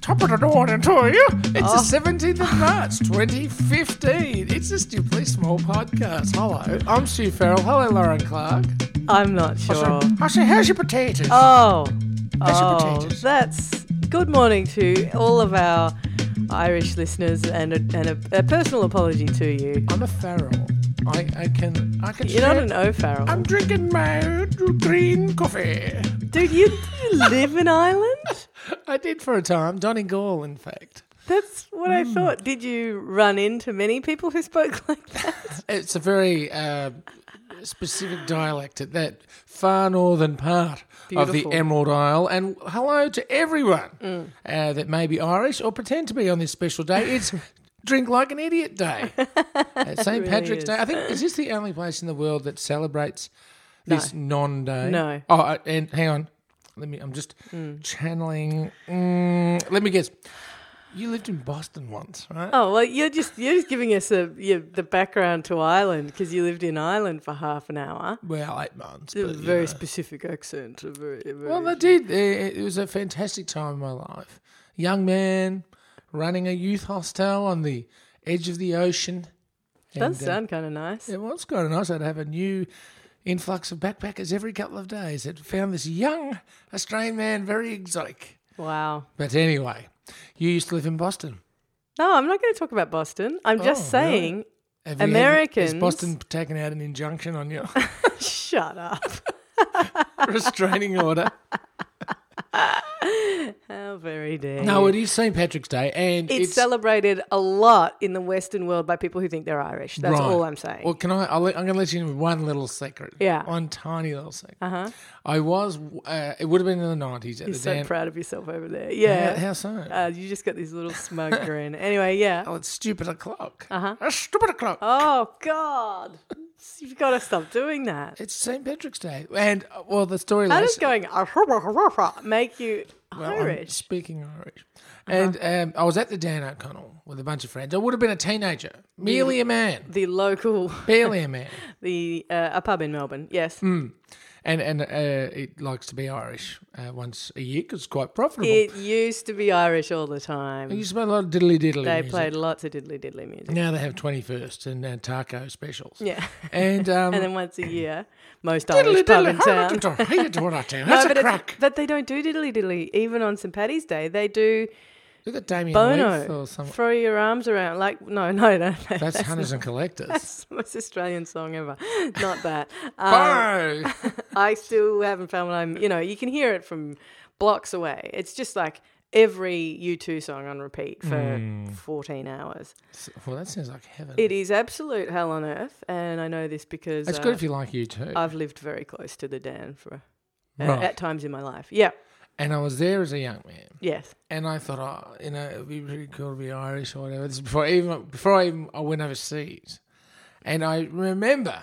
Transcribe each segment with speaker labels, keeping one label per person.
Speaker 1: Top of the auditorium. It's
Speaker 2: Oh.
Speaker 1: the 17th of March, 2015. It's a stupidly small podcast. Hello, I'm Sue Farrell. Hello, Lauren Clark.
Speaker 2: I'm not sure.
Speaker 1: I say, how's your potatoes?
Speaker 2: Oh,
Speaker 1: Mashed
Speaker 2: oh,
Speaker 1: potatoes.
Speaker 2: that's good morning to all of our Irish listeners, and a, and a, a personal apology to you.
Speaker 1: I'm a Farrell. I, I can I can.
Speaker 2: You're not
Speaker 1: share-
Speaker 2: an O'Farrell,
Speaker 1: I'm drinking my green coffee.
Speaker 2: dude. You, you live in Ireland.
Speaker 1: I did for a time, Donegal, in fact.
Speaker 2: That's what I
Speaker 1: Hmm.
Speaker 2: thought. Did you run into many people who spoke like that?
Speaker 1: It's a very uh, specific dialect at that far northern part of
Speaker 2: Beautiful. Mm.
Speaker 1: the Emerald Isle. And hello to everyone uh, that may be Irish or pretend to be on this special day. It's Drink Like an Idiot Day. Uh, St. Patrick's
Speaker 2: is.
Speaker 1: Day. I think, is this the only place in the world that celebrates this non day?
Speaker 2: No.
Speaker 1: Oh, uh, and hang on. Let me, I'm just channeling. Mm, let me guess. You lived in Boston once, right?
Speaker 2: Oh well, you're just you're just giving us a you the background to Ireland because you lived in Ireland for half an hour.
Speaker 1: Well, eight months.
Speaker 2: A
Speaker 1: but, you
Speaker 2: very
Speaker 1: know.
Speaker 2: specific accent. A very, a very
Speaker 1: Well, I did. It it was a fantastic time in my life. Young man running a youth hostel on the edge of the ocean.
Speaker 2: does
Speaker 1: And, uh,
Speaker 2: sound kind of nice.
Speaker 1: it was kind of nice. I'd have a new influx of backpackers every couple of days. It found this young Australian man very exotic.
Speaker 2: Wow.
Speaker 1: But anyway, you used to live in Boston.
Speaker 2: No, I'm not going to talk about Boston. I'm just
Speaker 1: Oh, really?
Speaker 2: saying,
Speaker 1: Have you had-
Speaker 2: Americans-
Speaker 1: Has Boston taken out an injunction on your
Speaker 2: shut up.
Speaker 1: restraining order?
Speaker 2: How very dare.
Speaker 1: No,
Speaker 2: you.
Speaker 1: it is St. Patrick's Day, and
Speaker 2: it's,
Speaker 1: it's
Speaker 2: celebrated a lot in the Western world by people who think they're Irish. That's
Speaker 1: Right.
Speaker 2: all I'm saying.
Speaker 1: Well, can I? I'll let, I'm going to let you in with one little secret.
Speaker 2: Yeah.
Speaker 1: One tiny little secret. Uh huh. I was. Uh, it would have been in the nineties at
Speaker 2: You're
Speaker 1: the
Speaker 2: so
Speaker 1: Dan.
Speaker 2: proud of yourself over there.
Speaker 1: How,
Speaker 2: Yeah.
Speaker 1: how so?
Speaker 2: Uh, you just got this little smug grin. Anyway, yeah.
Speaker 1: oh, it's stupid o'clock. Uh huh. Stupid o'clock.
Speaker 2: Uh-huh. Oh, God. You've got to stop doing that.
Speaker 1: It's St. Patrick's Day, and uh, well, the story.
Speaker 2: How
Speaker 1: lasts-
Speaker 2: does going "Ah, rah, rah, rah, rah," make you
Speaker 1: Well, I'm
Speaker 2: Irish? Uh-huh.
Speaker 1: speaking Irish, and um, I was at the Dan O'Connell with a bunch of friends. I would have been a teenager, merely a man,
Speaker 2: the local,
Speaker 1: barely a man.
Speaker 2: the uh, a pub in Melbourne. Yes.
Speaker 1: Mm. And and uh, it likes to be Irish uh, once a year 'cause it's quite profitable.
Speaker 2: It used to be Irish all the time.
Speaker 1: you spend a lot of diddly diddly.
Speaker 2: They
Speaker 1: music.
Speaker 2: played lots of diddly diddly music.
Speaker 1: Now they have 21st and uh, taco specials.
Speaker 2: Yeah.
Speaker 1: And, um,
Speaker 2: And then once a year, most
Speaker 1: diddly
Speaker 2: Irish pub in
Speaker 1: diddly,
Speaker 2: town.
Speaker 1: how you doing out there? That's
Speaker 2: No, but,
Speaker 1: a
Speaker 2: it's-
Speaker 1: crack.
Speaker 2: but they don't do diddly diddly. Even on St. Paddy's Day, they do
Speaker 1: Look at Damien Leith
Speaker 2: Bono.
Speaker 1: or some.
Speaker 2: Throw your arms around. Like, no, no, no. no.
Speaker 1: That's Hunters and Collectors.
Speaker 2: That's the most Australian song ever. Not that. Um,
Speaker 1: Bo!
Speaker 2: I still haven't found what I'm, you know, you can hear it from blocks away. It's just like every U2 song on repeat for
Speaker 1: Mm.
Speaker 2: 14 hours.
Speaker 1: well, that sounds like heaven.
Speaker 2: It is absolute hell on earth. And I know this because.
Speaker 1: it's
Speaker 2: uh,
Speaker 1: good if you like you too.
Speaker 2: I've lived very close to the Dan for at,
Speaker 1: Right.
Speaker 2: at times in my life. Yeah.
Speaker 1: and I was there as a young man.
Speaker 2: Yes.
Speaker 1: And I thought, oh, you know, it'd be pretty cool to be Irish or whatever. This is before even before I even I went overseas, and I remember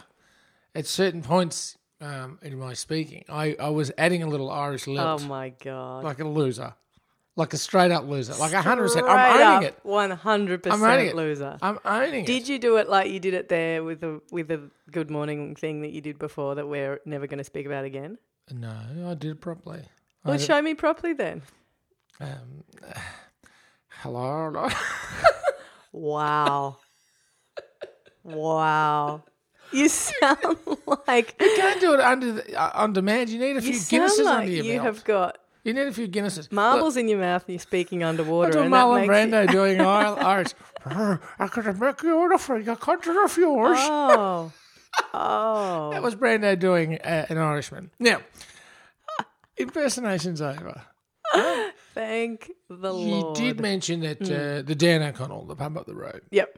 Speaker 1: at certain points um, in my speaking, I, I was adding a little Irish
Speaker 2: Oh
Speaker 1: lilt,
Speaker 2: my god.
Speaker 1: like a loser, like a straight up loser, like a hundred percent. I'm
Speaker 2: Straight
Speaker 1: owning
Speaker 2: up,
Speaker 1: it.
Speaker 2: One hundred
Speaker 1: I'm owning it.
Speaker 2: percent loser.
Speaker 1: I'm owning it.
Speaker 2: Did you do it like you did it there with the with the good morning thing that you did before that we're never going to speak about again?
Speaker 1: No, I did it properly.
Speaker 2: Well,
Speaker 1: did-
Speaker 2: show me properly then.
Speaker 1: Um, hello. hello.
Speaker 2: Wow. wow. You sound like
Speaker 1: you can't do it under the, uh, on demand. You need a
Speaker 2: you
Speaker 1: few
Speaker 2: sound
Speaker 1: Guinnesses
Speaker 2: like
Speaker 1: under your
Speaker 2: you
Speaker 1: belt.
Speaker 2: have got
Speaker 1: You need a few Guinnesses. Look,
Speaker 2: marbles in your mouth and you're speaking underwater.
Speaker 1: Doing
Speaker 2: and that
Speaker 1: Marlon
Speaker 2: makes
Speaker 1: Brando doing Isle Irish. Oh, I could make you an offering, a country of yours.
Speaker 2: you- Oh. Oh.
Speaker 1: that was Brando doing uh, an Irishman. Now, impersonation's over.
Speaker 2: Thank the
Speaker 1: You
Speaker 2: Lord. Hmm.
Speaker 1: did mention that uh, the Dan O'Connell, the pub up the road,
Speaker 2: Yep.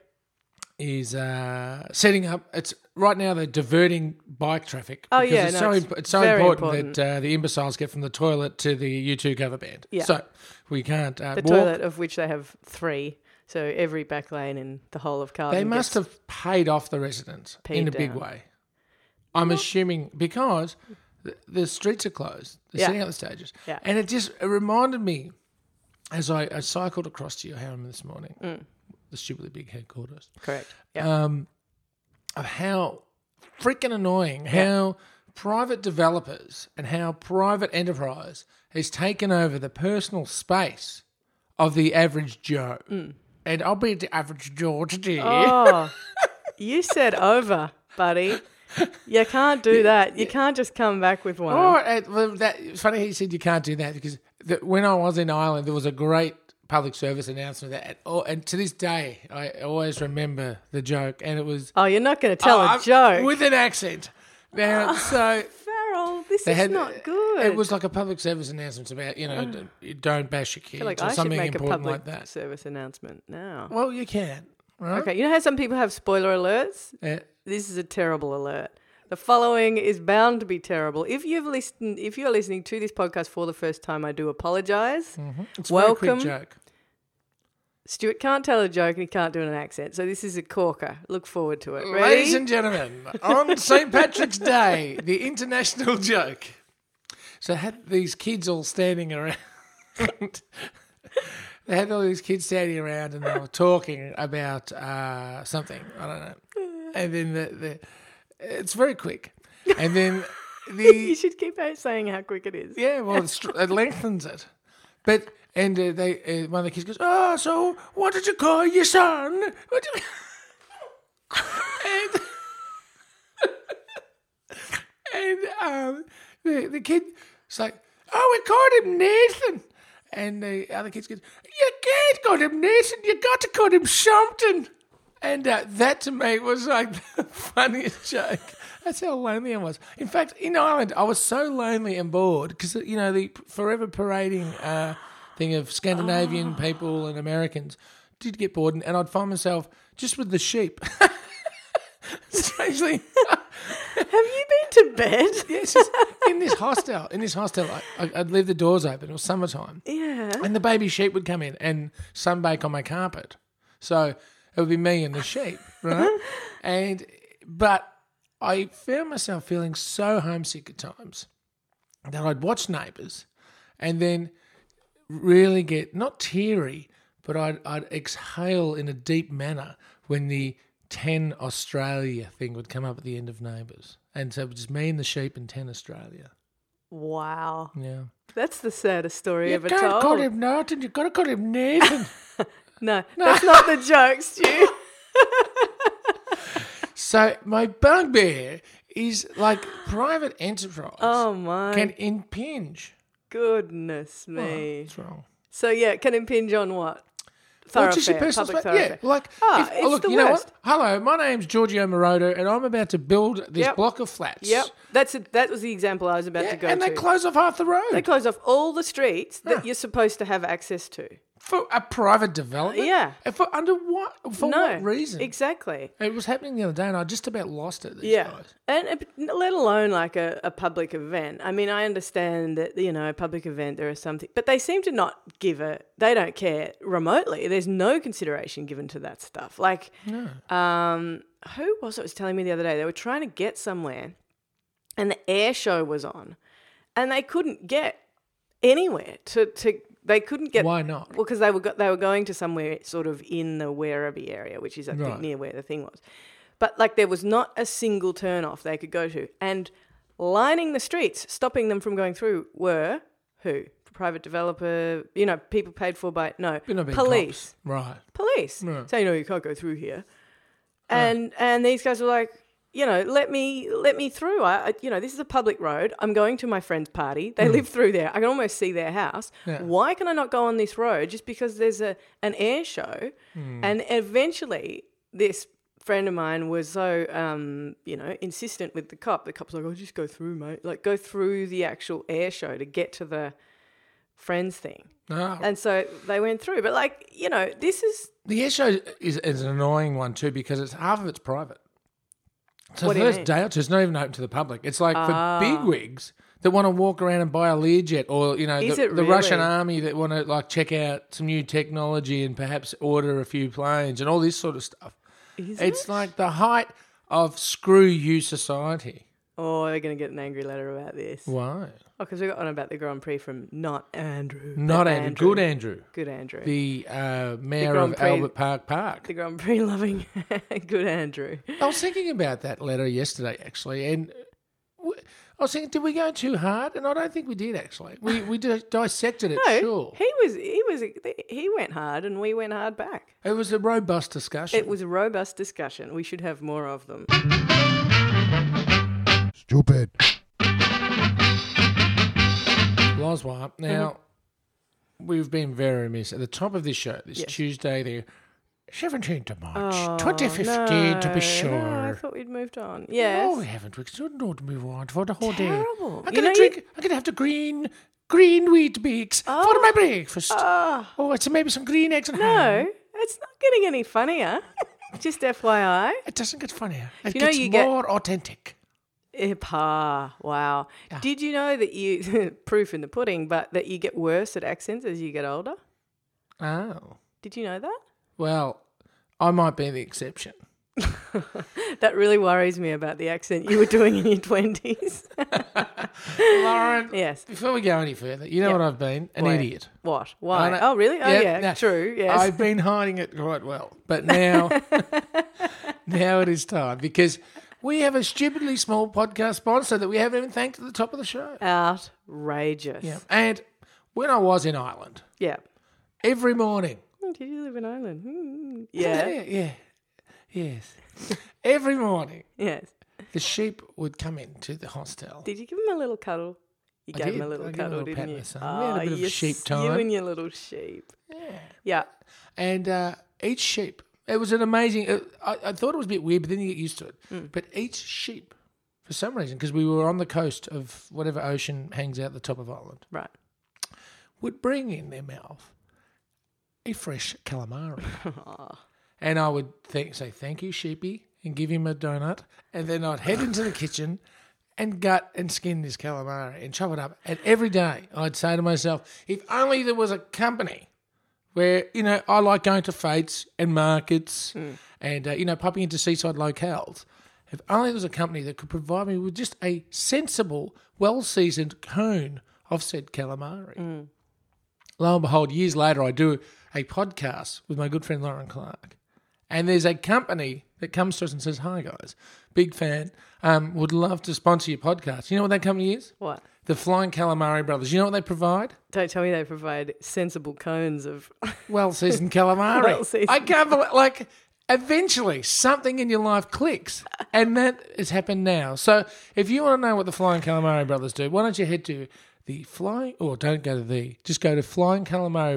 Speaker 1: is uh, setting up. It's right now they're diverting bike traffic.
Speaker 2: Oh,
Speaker 1: because
Speaker 2: yeah,
Speaker 1: it's
Speaker 2: no,
Speaker 1: so
Speaker 2: it's
Speaker 1: imp- it's so
Speaker 2: very
Speaker 1: important,
Speaker 2: important.
Speaker 1: that uh, the imbeciles get from the toilet to the U2 cover band.
Speaker 2: Yeah.
Speaker 1: So we can't uh,
Speaker 2: The
Speaker 1: walk.
Speaker 2: toilet, of which they have three. So every back lane in the whole of Carlton.
Speaker 1: They must
Speaker 2: gets-
Speaker 1: have paid off the residents
Speaker 2: Paid
Speaker 1: in a big
Speaker 2: down.
Speaker 1: way. I'm assuming because the, the streets are closed. They're
Speaker 2: Yeah.
Speaker 1: setting up the stages.
Speaker 2: Yeah.
Speaker 1: And it just it reminded me as I, I cycled across to your home this morning,
Speaker 2: Mm.
Speaker 1: the stupidly big headquarters,
Speaker 2: Correct. Yeah.
Speaker 1: of how freaking annoying how private developers and how private enterprise has taken over the personal space of the average Joe. And I'll be the average Joe today.
Speaker 2: Mm. Oh, you said over, buddy. You can't do that. You can't just come back with one.
Speaker 1: Oh, uh, well, that, it's funny he said you can't do that because the, when I was in Ireland, there was a great public service announcement that, at all, and to this day, I always remember the joke, and it was
Speaker 2: Oh, you're not going to tell
Speaker 1: Oh,
Speaker 2: a
Speaker 1: I'm-
Speaker 2: joke.
Speaker 1: with an accent. Now, so
Speaker 2: Farrell, this
Speaker 1: they
Speaker 2: is
Speaker 1: had
Speaker 2: not good.
Speaker 1: It was like a public service announcement about you know d- don't bash your kids
Speaker 2: like
Speaker 1: or
Speaker 2: I should
Speaker 1: something
Speaker 2: make a
Speaker 1: important
Speaker 2: public
Speaker 1: like that.
Speaker 2: service announcement now.
Speaker 1: Well, you can. Uh, Right?
Speaker 2: Okay, you know how some people have spoiler alerts?
Speaker 1: Yeah.
Speaker 2: This is a terrible alert. The following is bound to be terrible. If you've listened, if you're listening to this podcast for the first time, I do
Speaker 1: Hmm.
Speaker 2: apologize.
Speaker 1: It's a very quick
Speaker 2: Welcome.
Speaker 1: joke.
Speaker 2: Stuart can't tell a joke and he can't do an accent, so this is a corker. Look forward to it. Ready?
Speaker 1: Ladies and gentlemen, on St. Patrick's Day, the international joke. So they had these kids all standing around. they had all these kids standing around and they were talking about uh, something. I don't know. And then the, the it's very quick. And then
Speaker 2: you
Speaker 1: the
Speaker 2: should keep out saying how quick it is.
Speaker 1: yeah, well, it's, it lengthens it. But and uh, they uh, one of the kids goes, "Oh, so what did you call your son?" What did you... and and um, the the kid's like, "Oh, we called him Nathan." And the other kids goes, "You can't call him Nathan. You got to call him something." And uh, that to me was like the funniest joke. That's how lonely I was. In fact, in Ireland, I was so lonely and bored because you know the forever parading uh, thing of Scandinavian people and Americans did get bored, and, and I'd find myself just with the sheep. Strangely,
Speaker 2: Have you been to bed?
Speaker 1: yes, just in this hostel, in this hostel, I, I, I'd leave the doors open. It was summertime,
Speaker 2: Yeah.
Speaker 1: and the baby sheep would come in and sunbake on my carpet. So it would be me and the sheep, right? and but I found myself feeling so homesick at times that I'd watch Neighbours, and then really get not teary, but I'd, I'd exhale in a deep manner when the ten Australia thing would come up at the end of Neighbours, and so it was just me and the sheep and ten Australia.
Speaker 2: Wow.
Speaker 1: Yeah,
Speaker 2: That's the saddest story
Speaker 1: you
Speaker 2: ever
Speaker 1: can't
Speaker 2: told.
Speaker 1: call him Norton. You gotta call him Nathan.
Speaker 2: No, that's not the joke, Stu.
Speaker 1: So my bugbear is like private enterprise
Speaker 2: Oh my
Speaker 1: can Oh. impinge.
Speaker 2: goodness me.
Speaker 1: What's wrong?
Speaker 2: So yeah, it can impinge on what?
Speaker 1: Well,
Speaker 2: Thoroughfare,
Speaker 1: just your personal
Speaker 2: public
Speaker 1: space. Yeah,
Speaker 2: thoroughfare.
Speaker 1: like
Speaker 2: Ah,
Speaker 1: if-
Speaker 2: it's
Speaker 1: oh, look,
Speaker 2: the
Speaker 1: you know
Speaker 2: worst.
Speaker 1: what? Hello, my name's Giorgio Moroder, and I'm about to build this
Speaker 2: Yep.
Speaker 1: block of flats.
Speaker 2: Yep, that's a, that was the example I was about to
Speaker 1: And
Speaker 2: go
Speaker 1: they
Speaker 2: to.
Speaker 1: close off half the road
Speaker 2: they close off all the streets that you're supposed to have access to.
Speaker 1: for a private development.
Speaker 2: Yeah.
Speaker 1: And for under what? For
Speaker 2: no
Speaker 1: what reason?
Speaker 2: Exactly.
Speaker 1: it was happening the other day, and I just about lost it. These
Speaker 2: Yeah,
Speaker 1: guys.
Speaker 2: and it- let alone like a, a public event. I mean, I understand that you know a public event there is something, but they seem to not give a. They don't care remotely. There's no consideration given to that stuff. Like, um, who was it was telling me the other day they were trying to get somewhere, and the air show was on, and they couldn't get anywhere to to. They couldn't get
Speaker 1: Why not?
Speaker 2: well, because they were go- they were going to somewhere sort of in the Werribee area, which is I think
Speaker 1: Right.
Speaker 2: near where the thing was. But like there was not a single turn off they could go to, and lining the streets, stopping them from going through, were who private developer, you know, people paid for by no
Speaker 1: They're not being
Speaker 2: police
Speaker 1: cops. right?
Speaker 2: police. So you know you can't go through here. And and these guys were like, you know, let me let me through. I, I you know, this is a public road. I'm going to my friend's party. They live through there. I can almost see their house. Why can I not go on this road just because there's a an air show? And eventually this friend of mine was so um, you know, insistent with the cop. The cop's like, "Oh, just go through, mate. Like go through the actual air show to get to the friends thing."
Speaker 1: No,
Speaker 2: And so they went through. But like, you know, this is
Speaker 1: The air show is, is an annoying one too because it's half of it's private. So
Speaker 2: What
Speaker 1: the
Speaker 2: do you
Speaker 1: first
Speaker 2: mean? Ah.
Speaker 1: day or two, it's not even open to the public. It's like for bigwigs that want to walk around and buy a Learjet, or you know,
Speaker 2: Is
Speaker 1: the,
Speaker 2: it
Speaker 1: the Russian
Speaker 2: really?
Speaker 1: army that want to like check out some new technology and perhaps order a few planes and all this sort of stuff. it's like the height of screw you society.
Speaker 2: Oh, they're going to get an angry letter about this. Oh,
Speaker 1: Why
Speaker 2: because we got one about the Grand Prix from not Andrew. but
Speaker 1: not Andrew? Good Andrew,
Speaker 2: Good Andrew. The,
Speaker 1: the uh, mayor
Speaker 2: Grand
Speaker 1: of
Speaker 2: Prix-
Speaker 1: Albert Park Park.
Speaker 2: Grand Prix loving good Andrew.
Speaker 1: I was thinking about that letter yesterday, actually, and w- uh, I was thinking, did we go too hard? And I don't think we did actually. We we di- dissected it.
Speaker 2: No,
Speaker 1: sure,
Speaker 2: he was he was he went hard and we went hard back.
Speaker 1: it was a robust discussion.
Speaker 2: It was a robust discussion. We should have more of them.
Speaker 3: Stupid.
Speaker 1: Loswap.
Speaker 2: mm-hmm.
Speaker 1: Now, we've been very remiss. At the top of this show, this
Speaker 2: Yes.
Speaker 1: Tuesday, the 17th of March,
Speaker 2: Oh,
Speaker 1: 2015, to
Speaker 2: no,
Speaker 1: be sure. Oh,
Speaker 2: No, I thought we'd moved on. Yes.
Speaker 1: No, we haven't. We still don't move on for the whole
Speaker 2: Terrible.
Speaker 1: day. I'm
Speaker 2: You
Speaker 1: going
Speaker 2: know,
Speaker 1: to drink, I'm going to have the green, green wheat bakes for my breakfast.
Speaker 2: Oh,
Speaker 1: oh, it's maybe some green eggs and ham.
Speaker 2: no, it's not getting any funnier. Just FYI.
Speaker 1: It doesn't get funnier. It
Speaker 2: You know,
Speaker 1: gets
Speaker 2: you get-
Speaker 1: more authentic.
Speaker 2: Eh, Pa, wow. Did you know that you, proof in the pudding, but that you get worse at accents as you get older?
Speaker 1: Oh.
Speaker 2: Did you know that?
Speaker 1: Well, I might be the exception.
Speaker 2: That really worries me about the accent you were doing in your 20s.
Speaker 1: Lauren,
Speaker 2: yes.
Speaker 1: before we go any further, you know
Speaker 2: Yeah.
Speaker 1: what I've been? An
Speaker 2: Why?
Speaker 1: idiot.
Speaker 2: What? Why?
Speaker 1: I know-
Speaker 2: Oh, really? Oh, yeah.
Speaker 1: no.
Speaker 2: True. Yes.
Speaker 1: I've been hiding it quite well, but now, now it is time because we have a stupidly small podcast sponsor that we haven't even thanked at the top of the show.
Speaker 2: Outrageous.
Speaker 1: Yeah, and when I was in Ireland,
Speaker 2: Yeah.
Speaker 1: every morning,
Speaker 2: Oh, Did you live in Ireland? Hmm. Yeah.
Speaker 1: yeah, yeah, yes, every morning
Speaker 2: yes.
Speaker 1: the sheep would come into the hostel.
Speaker 2: Did you give him a little cuddle? You
Speaker 1: I
Speaker 2: gave him
Speaker 1: did.
Speaker 2: a little
Speaker 1: I gave him a
Speaker 2: cuddle,
Speaker 1: little pat on
Speaker 2: didn't you? Ah,
Speaker 1: the side. We had a bit of
Speaker 2: you
Speaker 1: sheep
Speaker 2: s- You
Speaker 1: time.
Speaker 2: and your little sheep.
Speaker 1: Yeah.
Speaker 2: Yeah.
Speaker 1: and uh, each sheep. It was an amazing. uh, I, I thought it was a bit weird, but then you get used to it. But each sheep, for some reason, because we were on the coast of whatever ocean hangs out the top of Ireland,
Speaker 2: Right.
Speaker 1: would bring in their mouth a fresh calamari, and I would think, say thank you, sheepy, and give him a donut, and then I'd head into the kitchen. And gut and skin this calamari and chop it up. And every day I'd say to myself, if only there was a company where you know I like going to fates and markets and uh, you know popping into seaside locales. If only there was a company that could provide me with just a sensible, well-seasoned cone of said calamari. Lo and behold, years later, I do a podcast with my good friend Lauren Clark, and there's a company that comes to us and says, "Hi guys, big fan, um, would love to sponsor your podcast." You know what that company is?
Speaker 2: What?
Speaker 1: The Flying Calamari Brothers. You know what they provide?
Speaker 2: Don't tell me they provide sensible cones of.
Speaker 1: well seasoned calamari.
Speaker 2: Well-seasoned.
Speaker 1: I can't believe, like, eventually something in your life clicks, and that has happened now. So, if you want to know what the Flying Calamari Brothers do, why don't you head to the flying, or don't go to the, just go to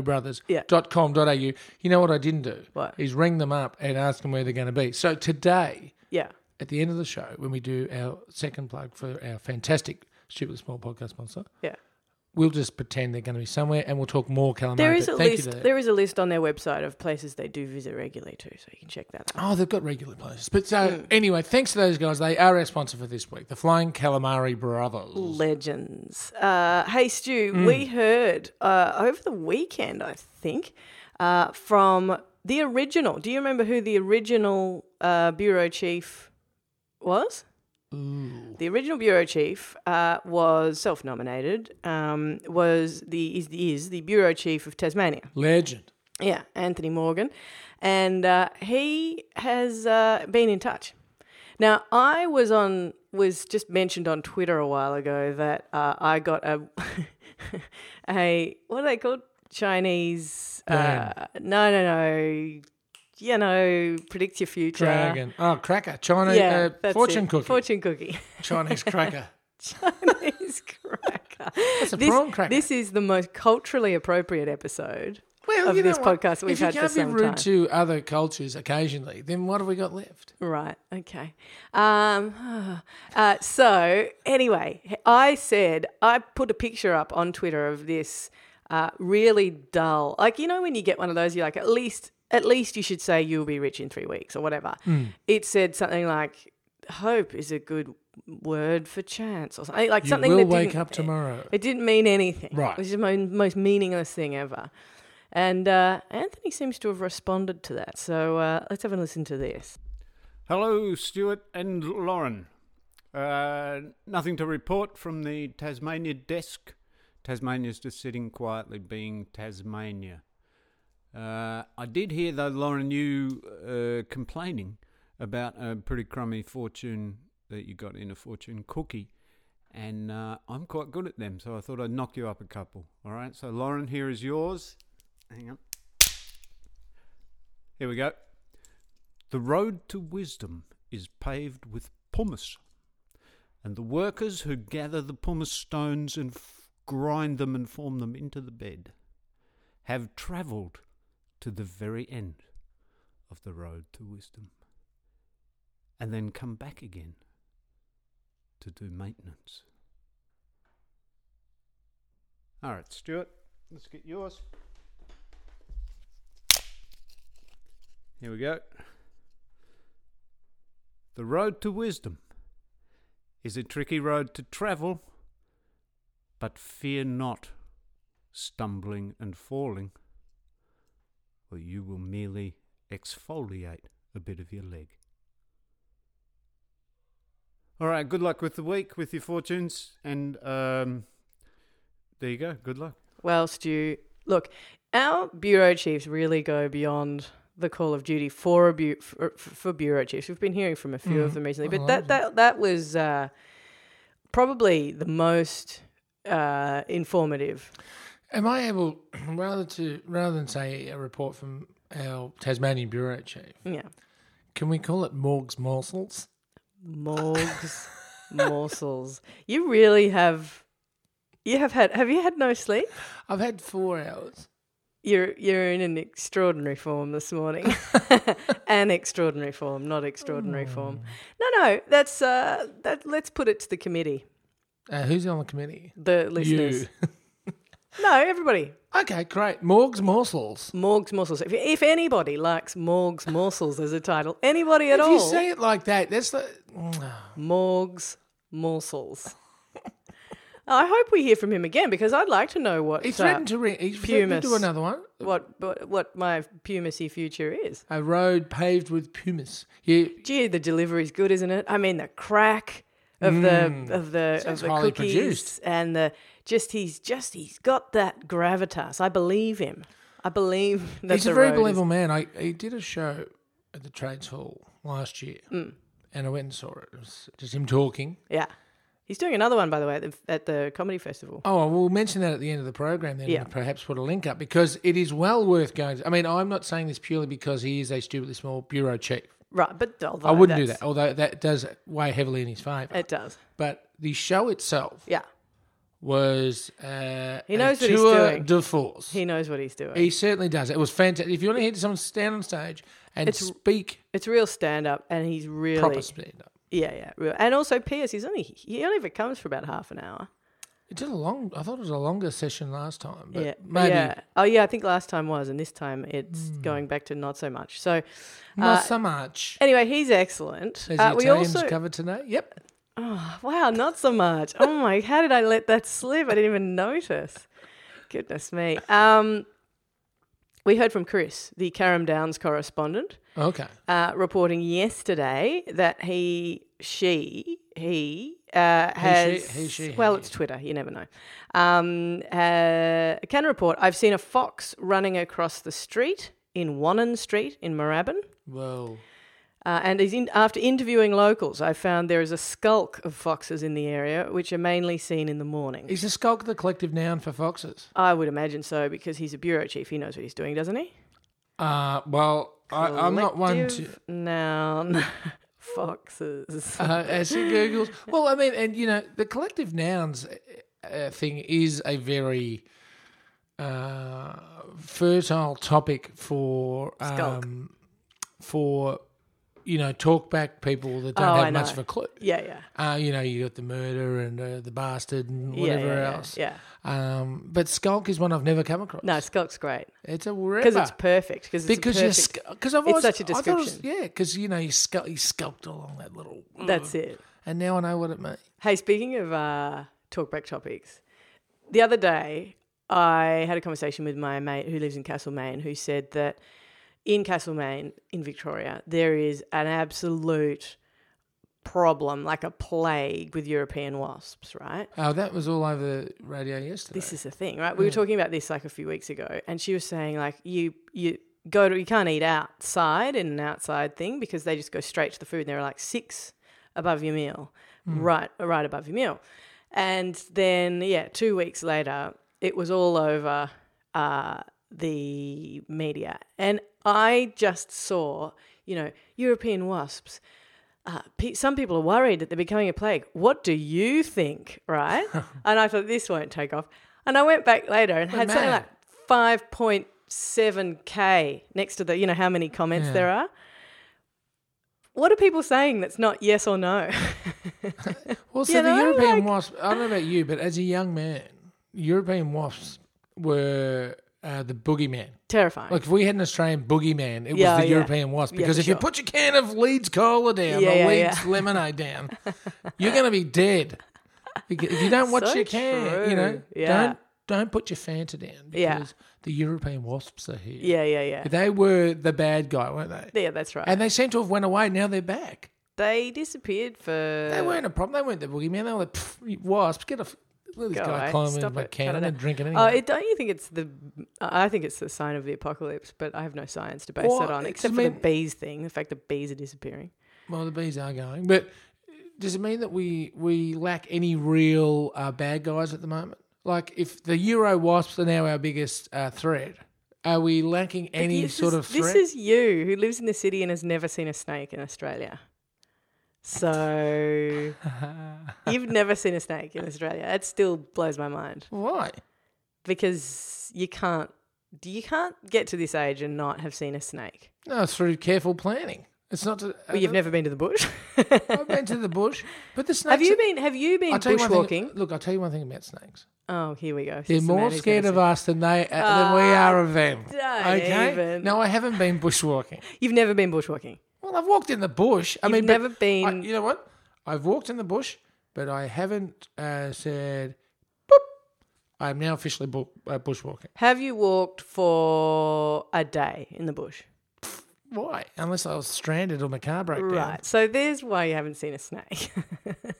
Speaker 1: flyingcalamaribrothers.com.au. You know what I didn't do?
Speaker 2: What?
Speaker 1: Is ring them up and ask them where they're going to be. So, today,
Speaker 2: yeah.
Speaker 1: at the end of the show, when we do our second plug for our fantastic Stupid Small podcast sponsor,
Speaker 2: Yeah.
Speaker 1: we'll just pretend they're going to be somewhere and we'll talk more calamari.
Speaker 2: There is
Speaker 1: but
Speaker 2: a
Speaker 1: thank you
Speaker 2: list.
Speaker 1: to-
Speaker 2: There is a list on their website of places they do visit regularly too, so you can check that out.
Speaker 1: Oh, they've got regular places. But so anyway, thanks to those guys. They are our sponsor for this week, the Flying Calamari Brothers.
Speaker 2: Legends. Uh, hey Stu,
Speaker 1: Hmm.
Speaker 2: we heard uh, over the weekend, I think, uh, from the original. Do you remember who the original uh, bureau chief was? The original bureau chief uh, was self-nominated. Um, was the is, is the bureau chief of Tasmania.
Speaker 1: Legend.
Speaker 2: Yeah, Anthony Morgan. And uh, he has uh, been in touch. Now, I was on, was just mentioned on Twitter a while ago that uh, I got a, a, what are they called? Chinese, uh, no, no, no, you know, predict your future.
Speaker 1: Dragon. Oh, cracker. China.
Speaker 2: Yeah,
Speaker 1: uh,
Speaker 2: that's
Speaker 1: fortune
Speaker 2: it.
Speaker 1: cookie.
Speaker 2: Fortune cookie.
Speaker 1: Chinese cracker.
Speaker 2: Chinese cracker. That's
Speaker 1: a prawn cracker.
Speaker 2: This is the most culturally appropriate episode.
Speaker 1: Well,
Speaker 2: Of
Speaker 1: you know
Speaker 2: this
Speaker 1: what?
Speaker 2: podcast that
Speaker 1: if
Speaker 2: we've
Speaker 1: you
Speaker 2: had for
Speaker 1: can't be
Speaker 2: some
Speaker 1: rude
Speaker 2: time.
Speaker 1: to other cultures occasionally, then what have we got left?
Speaker 2: Right. Okay. Um, uh, so anyway, I said I put a picture up on Twitter of this uh, really dull. Like you know when you get one of those, you're like at least at least you should say you'll be rich in three weeks or whatever.
Speaker 1: Hmm.
Speaker 2: It said something like hope is a good word for chance or something like
Speaker 1: You
Speaker 2: something
Speaker 1: will
Speaker 2: that
Speaker 1: wake
Speaker 2: didn't-
Speaker 1: up tomorrow.
Speaker 2: It didn't mean anything.
Speaker 1: Right.
Speaker 2: It was the mo- most meaningless thing ever. And uh, Anthony seems to have responded to that. So uh, let's have a listen to this.
Speaker 4: Hello, Stuart and Lauren. Uh, nothing to report from the Tasmania desk. Tasmania's just sitting quietly, being Tasmania. Uh, I did hear, though, Lauren, you uh, complaining about a pretty crummy fortune that you got in a fortune cookie. and uh, I'm quite good at them, so I thought I'd knock you up a couple. All right, so Lauren, here is yours. Hang on. Here we go. The road to wisdom is paved with pumice, and the workers who gather the pumice stones and f- grind them and form them into the bed have travelled to the very end of the road to wisdom, and then come back again to do maintenance. All right, Stuart, let's get yours. Here we go. The road to wisdom is a tricky road to travel, but fear not stumbling and falling, or you will merely exfoliate a bit of your leg. All right, good luck with the week, with your fortunes, and um, there you go. Good luck.
Speaker 2: Well, Stu, look, our bureau chiefs really go beyond the call of duty for a bu- for, for bureau chiefs. We've been hearing from a few of them recently, but that, that that was uh, probably the most uh, informative.
Speaker 1: Am I able, rather to rather than say a report from our Tasmanian bureau chief,
Speaker 2: Yeah,
Speaker 1: can we call it Morg's morsels?
Speaker 2: morgues, morsels. You really have. You have had. Have you had no sleep?
Speaker 1: I've had four hours.
Speaker 2: You're you're in an extraordinary form this morning. an extraordinary form, not
Speaker 1: Hmm.
Speaker 2: extraordinary form. No, no, that's uh, that. Let's put it to the committee,
Speaker 1: Uh, who's on the committee?
Speaker 2: the listeners.
Speaker 1: You.
Speaker 2: No, everybody.
Speaker 1: Okay, great. Morg's morsels.
Speaker 2: Morg's morsels. If, if anybody likes Morg's morsels as a title, anybody at
Speaker 1: If
Speaker 2: all,
Speaker 1: you say it like that, that's the.
Speaker 2: Morg's morsels. I hope we hear from him again because I'd like to know what
Speaker 1: He
Speaker 2: uh,
Speaker 1: threatened to re- he threatened to do
Speaker 2: pumice.
Speaker 1: another one.
Speaker 2: what, what what my pumicy future is.
Speaker 1: A road paved with pumice. You,
Speaker 2: Gee, the delivery's good, isn't it? I mean, the crack of the of the
Speaker 1: Hmm. Sounds
Speaker 2: of the
Speaker 1: highly
Speaker 2: cookies
Speaker 1: produced.
Speaker 2: and the just he's just he's got that gravitas. I believe him. I believe that
Speaker 1: he's
Speaker 2: the
Speaker 1: a very
Speaker 2: road is-
Speaker 1: believable man. I he did a show at the Trades Hall last year,
Speaker 2: Hmm.
Speaker 1: and I went and saw it. It was just him talking.
Speaker 2: Yeah, he's doing another one by the way at the, at the comedy festival.
Speaker 1: Oh, we'll mention that at the end of the program then,
Speaker 2: Yeah.
Speaker 1: and perhaps put a link up because it is well worth going. To, I mean, I'm not saying this purely because he is a stupidly small bureau chief.
Speaker 2: Right, but although
Speaker 1: I wouldn't do
Speaker 2: that's-
Speaker 1: that, although that does weigh heavily in his favour.
Speaker 2: It does.
Speaker 1: but the show itself
Speaker 2: Yeah,
Speaker 1: was uh,
Speaker 2: He knows
Speaker 1: a
Speaker 2: what he's
Speaker 1: tour
Speaker 2: doing.
Speaker 1: de force. He,
Speaker 2: he knows what he's doing.
Speaker 1: certainly does. It was fantastic. If you want to hear someone stand on stage and speak
Speaker 2: it's real stand up, and he's really
Speaker 1: proper stand up,
Speaker 2: yeah, yeah, real. And also, P.S. He's only he only ever comes for about half an hour.
Speaker 1: it did a long. I thought it was a longer session last time, but
Speaker 2: yeah,
Speaker 1: maybe Hmm.
Speaker 2: yeah. Oh yeah, I think last time was, and this time it's going back to not so much. So
Speaker 1: not
Speaker 2: Uh,
Speaker 1: so much.
Speaker 2: anyway, he's excellent.
Speaker 1: As
Speaker 2: Uh,
Speaker 1: the
Speaker 2: we
Speaker 1: Italians
Speaker 2: also
Speaker 1: covered today. Yep.
Speaker 2: wow, not so much. Oh my, how did I let that slip? I didn't even notice. Goodness me. Um, we heard from Chris, the Caram Downs correspondent.
Speaker 1: Okay.
Speaker 2: uh, reporting yesterday that he, she, he uh, has.
Speaker 1: he, she,
Speaker 2: well,
Speaker 1: he.
Speaker 2: it's Twitter. You never know. Um, uh, can report. I've seen a fox running across the street in Wannon Street in Moorabbin.
Speaker 1: Well,
Speaker 2: Uh, and he's in, after interviewing locals, I found there is a skulk of foxes in the area, which are mainly seen in the morning.
Speaker 1: is the skulk the collective noun for foxes?
Speaker 2: I would imagine so because he's a bureau chief. He knows what he's doing, doesn't he?
Speaker 1: Uh, well, I, I'm not one to.
Speaker 2: Collective Noun. foxes.
Speaker 1: uh, as he googles. Well, I mean, and you know, the collective nouns uh, thing is a very uh, fertile topic for
Speaker 2: Skulk.
Speaker 1: um, for you know talkback people that don't
Speaker 2: Oh,
Speaker 1: have
Speaker 2: I
Speaker 1: much
Speaker 2: know.
Speaker 1: of a clue.
Speaker 2: yeah, yeah.
Speaker 1: Uh, you know, you got the murder and uh, the bastard and whatever
Speaker 2: yeah, yeah,
Speaker 1: else.
Speaker 2: Yeah.
Speaker 1: Um, but skulk is one I've never come across.
Speaker 2: No, Skulk's great
Speaker 1: it's a
Speaker 2: because
Speaker 1: ripper.
Speaker 2: it's perfect. Cause it's
Speaker 1: because
Speaker 2: because
Speaker 1: you
Speaker 2: perfect,
Speaker 1: because I've
Speaker 2: It's
Speaker 1: always
Speaker 2: such a
Speaker 1: I thought it was-
Speaker 2: description.
Speaker 1: yeah, because you know you, skulk, you skulked along that little.
Speaker 2: that's it.
Speaker 1: And now I know what it means.
Speaker 2: Hey, speaking of uh, talkback topics, the other day I had a conversation with my mate who lives in Castlemaine, who said that in Castlemaine, in Victoria, there is an absolute problem, like a plague with European wasps, right?
Speaker 1: Oh, that was all over the radio yesterday.
Speaker 2: this is the thing, right? We were talking about this like a few weeks ago, and she was saying like you you go to you can't eat outside in an outside thing because they just go straight to the food. And there are like six above your meal, right right above your meal, And then, yeah, two weeks later, it was all over uh, the media. And I just saw, you know, European wasps. Uh, pe- some people are worried that they're becoming a plague. What do you think, right? and I thought, this won't take off. And I went back later and had something
Speaker 1: man.
Speaker 2: like 5.7K next to the, you know, how many comments
Speaker 1: Yeah.
Speaker 2: there are. What are people saying that's not yes or no?
Speaker 1: Well, so
Speaker 2: You
Speaker 1: the
Speaker 2: know,
Speaker 1: European
Speaker 2: like-
Speaker 1: wasp. I don't know about you, but as a young man, European wasps were uh, the boogeyman.
Speaker 2: Terrifying.
Speaker 1: Like if we had an Australian boogeyman, it
Speaker 2: Yeah,
Speaker 1: was the
Speaker 2: yeah.
Speaker 1: European wasp.
Speaker 2: Yeah,
Speaker 1: Because
Speaker 2: for
Speaker 1: if you
Speaker 2: sure.
Speaker 1: put your can of Leeds cola down
Speaker 2: Yeah, yeah,
Speaker 1: or
Speaker 2: yeah.
Speaker 1: Leeds lemonade down, you're going to be dead. Because if you don't watch
Speaker 2: So
Speaker 1: your can, you know,
Speaker 2: true. Yeah.
Speaker 1: don't don't put your Fanta down because
Speaker 2: Yeah.
Speaker 1: the European wasps are here.
Speaker 2: yeah, yeah, yeah.
Speaker 1: They were the bad guy, weren't they?
Speaker 2: Yeah, that's right.
Speaker 1: And they seem to have went away. Now they're back.
Speaker 2: they disappeared for.
Speaker 1: They weren't a problem. They weren't the boogeyman. They were like, "Pff, you wasps, get a... f- Let this
Speaker 2: Go
Speaker 1: guy
Speaker 2: away.
Speaker 1: climb in
Speaker 2: Stop
Speaker 1: my
Speaker 2: it.
Speaker 1: cannon
Speaker 2: Cut it
Speaker 1: and
Speaker 2: out.
Speaker 1: drink it anyway.
Speaker 2: Oh, it, don't you think it's the? I think it's the sign of the apocalypse, but I have no science to base
Speaker 1: Well,
Speaker 2: that on,
Speaker 1: it's-
Speaker 2: except
Speaker 1: I
Speaker 2: for
Speaker 1: mean-
Speaker 2: the bees thing. The fact that bees are disappearing.
Speaker 1: Well, the bees are going, but does it mean that we we lack any real uh, bad guys at the moment? Like, if the Euro wasps are now our biggest uh, threat, are we lacking any
Speaker 2: This
Speaker 1: sort
Speaker 2: is-
Speaker 1: of threat?
Speaker 2: This is you who lives in the city and has never seen a snake in Australia. So you've never seen a snake in Australia. That still blows my mind
Speaker 1: Why?
Speaker 2: because you can't you can't get to this age and not have seen a snake.
Speaker 1: No, it's through careful planning. It's not. To, uh,
Speaker 2: Well, you've never been to the bush.
Speaker 1: I've been to the bush, but the snakes.
Speaker 2: have you been? Have you been
Speaker 1: I'll tell you one
Speaker 2: bushwalking?
Speaker 1: thing. Look, I'll tell you one thing about snakes.
Speaker 2: Oh, here we go.
Speaker 1: They're
Speaker 2: This is the man
Speaker 1: more
Speaker 2: who's Ah.
Speaker 1: scared
Speaker 2: never
Speaker 1: of
Speaker 2: seen-
Speaker 1: us than they than we are of them.
Speaker 2: don't
Speaker 1: okay.
Speaker 2: even.
Speaker 1: No, I haven't been bushwalking.
Speaker 2: You've never been bushwalking.
Speaker 1: Well, I've walked in the bush. I
Speaker 2: You've
Speaker 1: mean, but
Speaker 2: never been.
Speaker 1: I, you know what? I've walked in the bush, but I haven't uh, said, boop. I'm now officially bu- uh, bushwalking.
Speaker 2: have you walked for a day in the bush?
Speaker 1: Why? Unless I was stranded or my car broke down.
Speaker 2: Right. So there's why you haven't seen a snake.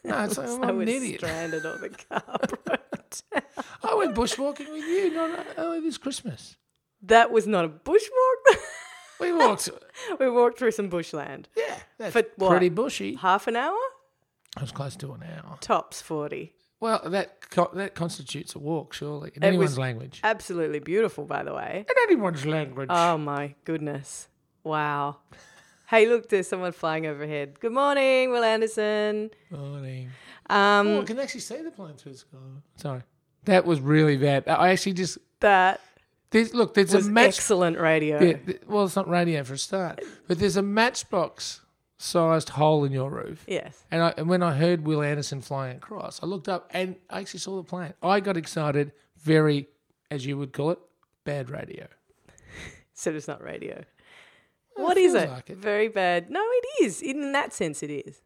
Speaker 1: No, it's like, I'm
Speaker 2: I
Speaker 1: not
Speaker 2: was
Speaker 1: an idiot.
Speaker 2: stranded on the car. road.
Speaker 1: I went bushwalking with you not only this Christmas.
Speaker 2: that was not a bushwalk.
Speaker 1: We walked.
Speaker 2: we walked through some bushland.
Speaker 1: yeah, that's
Speaker 2: For what?
Speaker 1: pretty bushy.
Speaker 2: Half an hour?
Speaker 1: I was close to an hour.
Speaker 2: Tops 40.
Speaker 1: Well, that co- that constitutes a walk, surely, in
Speaker 2: It
Speaker 1: anyone's
Speaker 2: was-
Speaker 1: language.
Speaker 2: Absolutely beautiful, by the way.
Speaker 1: In anyone's language.
Speaker 2: Oh my goodness. Wow. Hey, look, there's someone flying overhead. Good morning, Will Anderson.
Speaker 1: Morning.
Speaker 2: Um,
Speaker 1: Oh, I can actually see the plane through the sky. Sorry. That was really bad. I actually just
Speaker 2: that
Speaker 1: There's, look, there's
Speaker 2: was
Speaker 1: a match.
Speaker 2: excellent radio.
Speaker 1: Yeah, th- well, it's not radio for a start, but there's a matchbox sized hole in your roof.
Speaker 2: Yes.
Speaker 1: And, I, and when I heard Will Anderson flying across, I looked up and I actually saw the plane. I got excited, very, as you would call it, bad radio.
Speaker 2: So it's not radio. what is
Speaker 1: feels
Speaker 2: it?
Speaker 1: like it.
Speaker 2: Very bad. No, it is. In that sense, it is.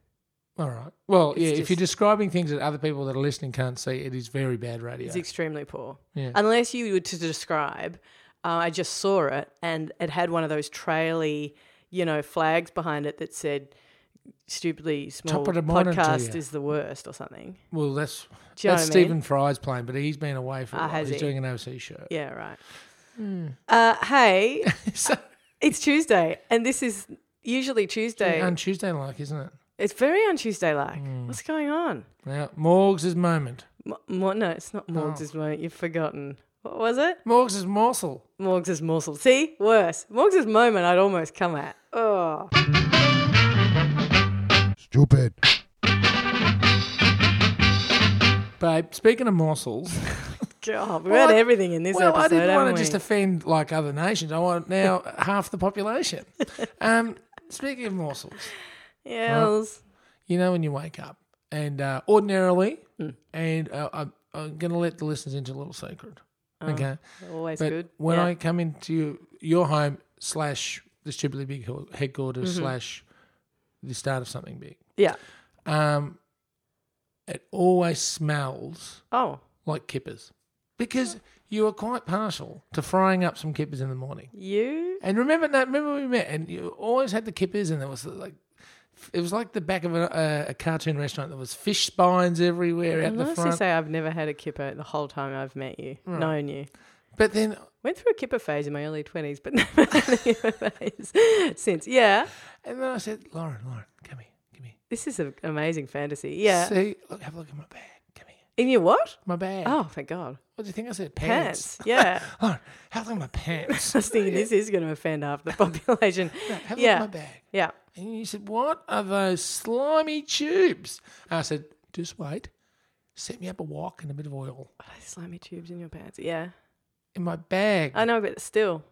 Speaker 1: All right. Well, yeah, if
Speaker 2: just-
Speaker 1: you're describing things that other people that are listening can't see, it is very bad radio.
Speaker 2: It's extremely poor.
Speaker 1: Yeah.
Speaker 2: Unless you were to describe, uh, I just saw it and it had one of those traily, you know, flags behind it that said stupidly small
Speaker 1: Top of the morning to
Speaker 2: podcast
Speaker 1: you.
Speaker 2: is the worst or something.
Speaker 1: well, that's
Speaker 2: Do you know
Speaker 1: that's
Speaker 2: what I mean?
Speaker 1: Stephen Fry's plane, but he's been away for a
Speaker 2: Ah,
Speaker 1: while.
Speaker 2: has
Speaker 1: he's
Speaker 2: he?
Speaker 1: doing an overseas show.
Speaker 2: Yeah, right.
Speaker 1: Hmm.
Speaker 2: Uh, hey,
Speaker 1: so,
Speaker 2: it's Tuesday and this is usually Tuesday.
Speaker 1: on Tuesday, Hmm. like, isn't it?
Speaker 2: it's very on Tuesday like. What's going on?
Speaker 1: Now, Morgs' moment.
Speaker 2: M- Mo- no, it's not
Speaker 1: Oh.
Speaker 2: Morgs' moment. You've forgotten. What was it?
Speaker 1: Morgs' morsel.
Speaker 2: Morgs' morsel. See? Worse. Morgs' moment I'd almost come at. Oh.
Speaker 3: Stupid.
Speaker 1: Babe, speaking of morsels,
Speaker 2: God, we've
Speaker 1: Well,
Speaker 2: had
Speaker 1: I-
Speaker 2: everything in this
Speaker 1: well,
Speaker 2: episode.
Speaker 1: I didn't
Speaker 2: haven't
Speaker 1: want to
Speaker 2: we?
Speaker 1: just offend like other nations. I want now half the population. Um, speaking of morsels,
Speaker 2: Yeah, it was-
Speaker 1: you know when you wake up, and uh, ordinarily,
Speaker 2: Hmm.
Speaker 1: and uh, I'm, I'm going to let the listeners into a little secret. okay,
Speaker 2: always
Speaker 1: but
Speaker 2: Oh, good.
Speaker 1: when
Speaker 2: Yeah.
Speaker 1: I come into your home slash the stupidly big Hall- headquarters
Speaker 2: Mm-hmm.
Speaker 1: slash the start of something big,
Speaker 2: yeah.
Speaker 1: um, it always smells.
Speaker 2: Oh,
Speaker 1: like kippers because you are quite partial to frying up some kippers in the morning.
Speaker 2: you?
Speaker 1: And remember that remember we met and you always had the kippers and there was like it was like the back of a, a, a cartoon restaurant. There was fish spines everywhere out
Speaker 2: I'll
Speaker 1: the
Speaker 2: honestly
Speaker 1: front.
Speaker 2: say I've never had a kipper the whole time I've met you, known you.
Speaker 1: But then
Speaker 2: Went through a kipper phase in my early 20s, but never had a kipper phase since. Yeah.
Speaker 1: and then I said, Lauren, Lauren, come here, come here.
Speaker 2: This is an amazing fantasy. Yeah.
Speaker 1: See, look, have a look at my bag. Come here.
Speaker 2: In your what?
Speaker 1: My bag.
Speaker 2: Oh, thank God.
Speaker 1: What do you think I said? Pants.
Speaker 2: Pants. Yeah.
Speaker 1: Oh, have a look at my pants.
Speaker 2: I was thinking this is going to offend half the population.
Speaker 1: Have a
Speaker 2: yeah.
Speaker 1: look at my bag.
Speaker 2: Yeah.
Speaker 1: And you said, What are those slimy tubes? And I said, Just wait. Set me up a wok and a bit of oil.
Speaker 2: Oh, slimy tubes in your pants. Yeah.
Speaker 1: In my bag.
Speaker 2: I know, but still,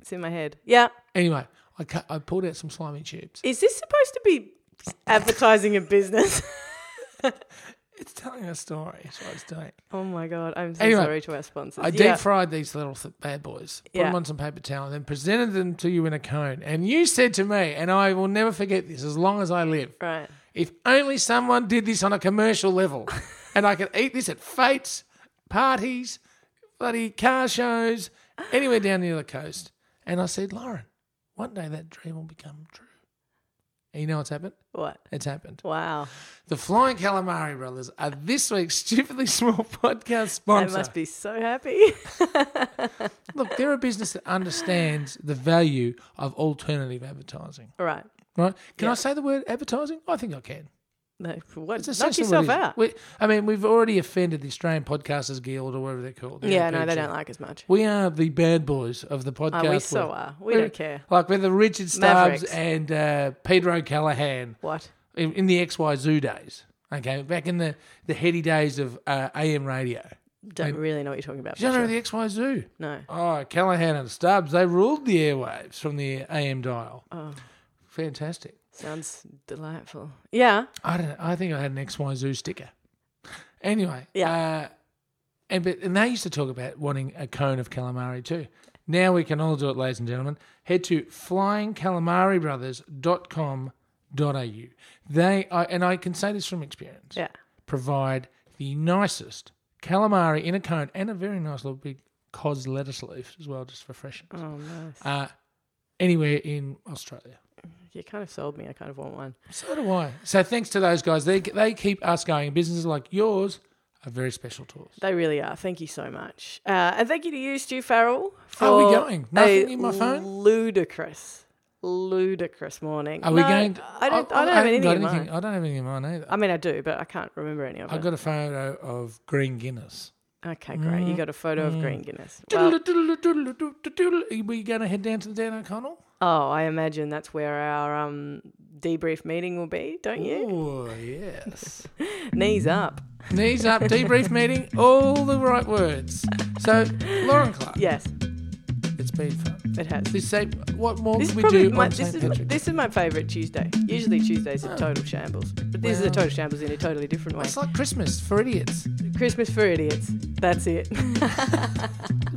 Speaker 2: it's in my head. Yeah.
Speaker 1: anyway, I, cut, I pulled out some slimy tubes.
Speaker 2: Is this supposed to be advertising a business?
Speaker 1: It's telling a story, so I was doing.
Speaker 2: oh my God. I'm so
Speaker 1: Anyway,
Speaker 2: sorry to our sponsors.
Speaker 1: I
Speaker 2: yeah.
Speaker 1: deep fried these little th- bad boys, put
Speaker 2: Yeah.
Speaker 1: them on some paper towel, and then presented them to you in a cone. And you said to me, and I will never forget this as long as I live
Speaker 2: right.
Speaker 1: if only someone did this on a commercial level and I could eat this at fates, parties, bloody car shows, anywhere down near the coast. And I said, Lauren, one day that dream will become true. And you know what's happened?
Speaker 2: What?
Speaker 1: It's happened.
Speaker 2: Wow.
Speaker 1: The Flying Calamari Brothers are this week's Stupidly Small podcast
Speaker 2: I
Speaker 1: sponsor.
Speaker 2: must be so happy.
Speaker 1: Look, they're a business that understands the value of alternative advertising,
Speaker 2: All right.
Speaker 1: right? Can
Speaker 2: Yeah.
Speaker 1: I say the word advertising? I think I can.
Speaker 2: No, what?
Speaker 1: It's
Speaker 2: Knock
Speaker 1: essentially what it
Speaker 2: yourself
Speaker 1: is.
Speaker 2: out.
Speaker 1: We, I mean, we've already offended the Australian Podcasters Guild or whatever they're called. the
Speaker 2: yeah, no, they
Speaker 1: APG.
Speaker 2: don't like us much.
Speaker 1: We are the bad boys of the podcast.
Speaker 2: Oh, we so
Speaker 1: world.
Speaker 2: are. We
Speaker 1: We're-
Speaker 2: don't care.
Speaker 1: Like we're the Richard Stubbs
Speaker 2: Mavericks.
Speaker 1: and uh, Peter O'Callaghan
Speaker 2: What?
Speaker 1: in, in the XY Zoo days. Okay, back in the, the heady days of uh, AM radio.
Speaker 2: Don't really know what you're talking about.
Speaker 1: Do you
Speaker 2: but
Speaker 1: know
Speaker 2: sure.
Speaker 1: the XY Zoo?
Speaker 2: No.
Speaker 1: Oh, Callahan and Stubbs, they ruled the airwaves from the AM dial.
Speaker 2: Oh,
Speaker 1: Fantastic.
Speaker 2: sounds delightful. Yeah.
Speaker 1: I don't know. I think I had an XY Zoo sticker. Anyway,
Speaker 2: Yeah.
Speaker 1: Uh, and but and they used to talk about wanting a cone of calamari too. Now we can all do it, ladies and gentlemen. Head to flyingcalamaribrothers.com.au. They I, and I can say this from experience.
Speaker 2: Yeah.
Speaker 1: Provide the nicest calamari in a cone and a very nice little big cos lettuce leaf as well, just for freshness.
Speaker 2: Oh, nice.
Speaker 1: Uh, anywhere in Australia.
Speaker 2: You kind of sold me. I kind of want one.
Speaker 1: So do I. So thanks to those guys. They they keep us going. Businesses like yours are very special to us.
Speaker 2: They really are. Thank you so much. Uh, and thank you to you, Stu Farrell. For
Speaker 1: Are we going? Nothing
Speaker 2: a
Speaker 1: in my phone?
Speaker 2: Ludicrous. Ludicrous morning.
Speaker 1: Are we
Speaker 2: No,
Speaker 1: going?
Speaker 2: I don't, I, don't have
Speaker 1: haven't
Speaker 2: anything
Speaker 1: got
Speaker 2: in mind.
Speaker 1: I don't have anything in mind either.
Speaker 2: I mean, I do, but I can't remember any of
Speaker 1: I
Speaker 2: it.
Speaker 1: got Mm. a photo of Green Guinness.
Speaker 2: okay, great. You got a photo of Green Guinness. Well,
Speaker 1: Doodle, doodle, doodle, doodle, doodle. Are we going to head down to the Dan O'Connell?
Speaker 2: Oh, I imagine that's where our um, debrief meeting will be, don't you?
Speaker 1: Oh, yes.
Speaker 2: Knees up.
Speaker 1: Knees up, debrief meeting, all the right words. So, Lauren Clark,
Speaker 2: Yes,
Speaker 1: it's been fun.
Speaker 2: it has.
Speaker 1: This say, what more
Speaker 2: This is
Speaker 1: can we
Speaker 2: probably
Speaker 1: do
Speaker 2: my,
Speaker 1: on
Speaker 2: this
Speaker 1: St.
Speaker 2: is my,
Speaker 1: Patrick's?
Speaker 2: this is my favorite Tuesday. Usually Tuesdays are total shambles, but this is a total shambles in a totally different way.
Speaker 1: It's like Christmas for idiots.
Speaker 2: Christmas for idiots. That's it.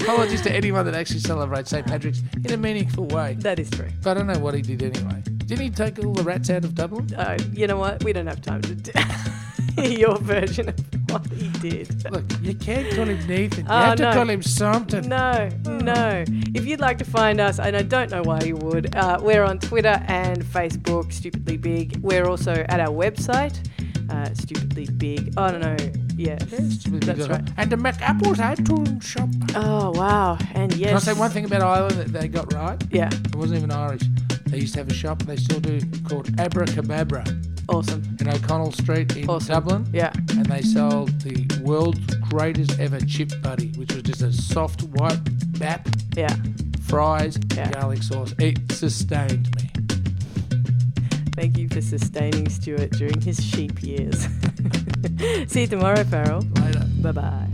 Speaker 1: Apologies to anyone that actually celebrates St. Patrick's in a meaningful way.
Speaker 2: that is true.
Speaker 1: But I don't know what he did anyway. Didn't he take all the rats out of Dublin?
Speaker 2: Uh, you know what? We don't have time to do your version of what he did.
Speaker 1: Look, you can't call him Nathan. You
Speaker 2: Oh,
Speaker 1: have to
Speaker 2: no.
Speaker 1: call him something.
Speaker 2: No, no. If you'd like to find us, and I don't know why you would, uh, we're on Twitter and Facebook, Stupidly Big. We're also at our website, uh, Stupidly Big. Oh, no, no. Yeah.
Speaker 1: Yes, we
Speaker 2: That's
Speaker 1: got-
Speaker 2: right.
Speaker 1: And the MacApple's iTunes shop.
Speaker 2: Oh, wow. And
Speaker 1: Can I
Speaker 2: yes.
Speaker 1: say one thing about Ireland that they got right?
Speaker 2: Yeah,
Speaker 1: It wasn't even Irish. They used to have a shop, they still do, called Abracababra
Speaker 2: awesome.
Speaker 1: in O'Connell Street in
Speaker 2: Awesome.
Speaker 1: Dublin.
Speaker 2: Yeah.
Speaker 1: And they sold the world's greatest ever chip buddy, which was just a soft white bap,
Speaker 2: Yeah.
Speaker 1: fries,
Speaker 2: Yeah.
Speaker 1: garlic sauce. It sustained me.
Speaker 2: Thank you for sustaining Stuart during his sheep years. See you tomorrow, Farrell.
Speaker 1: Later.
Speaker 2: Bye bye.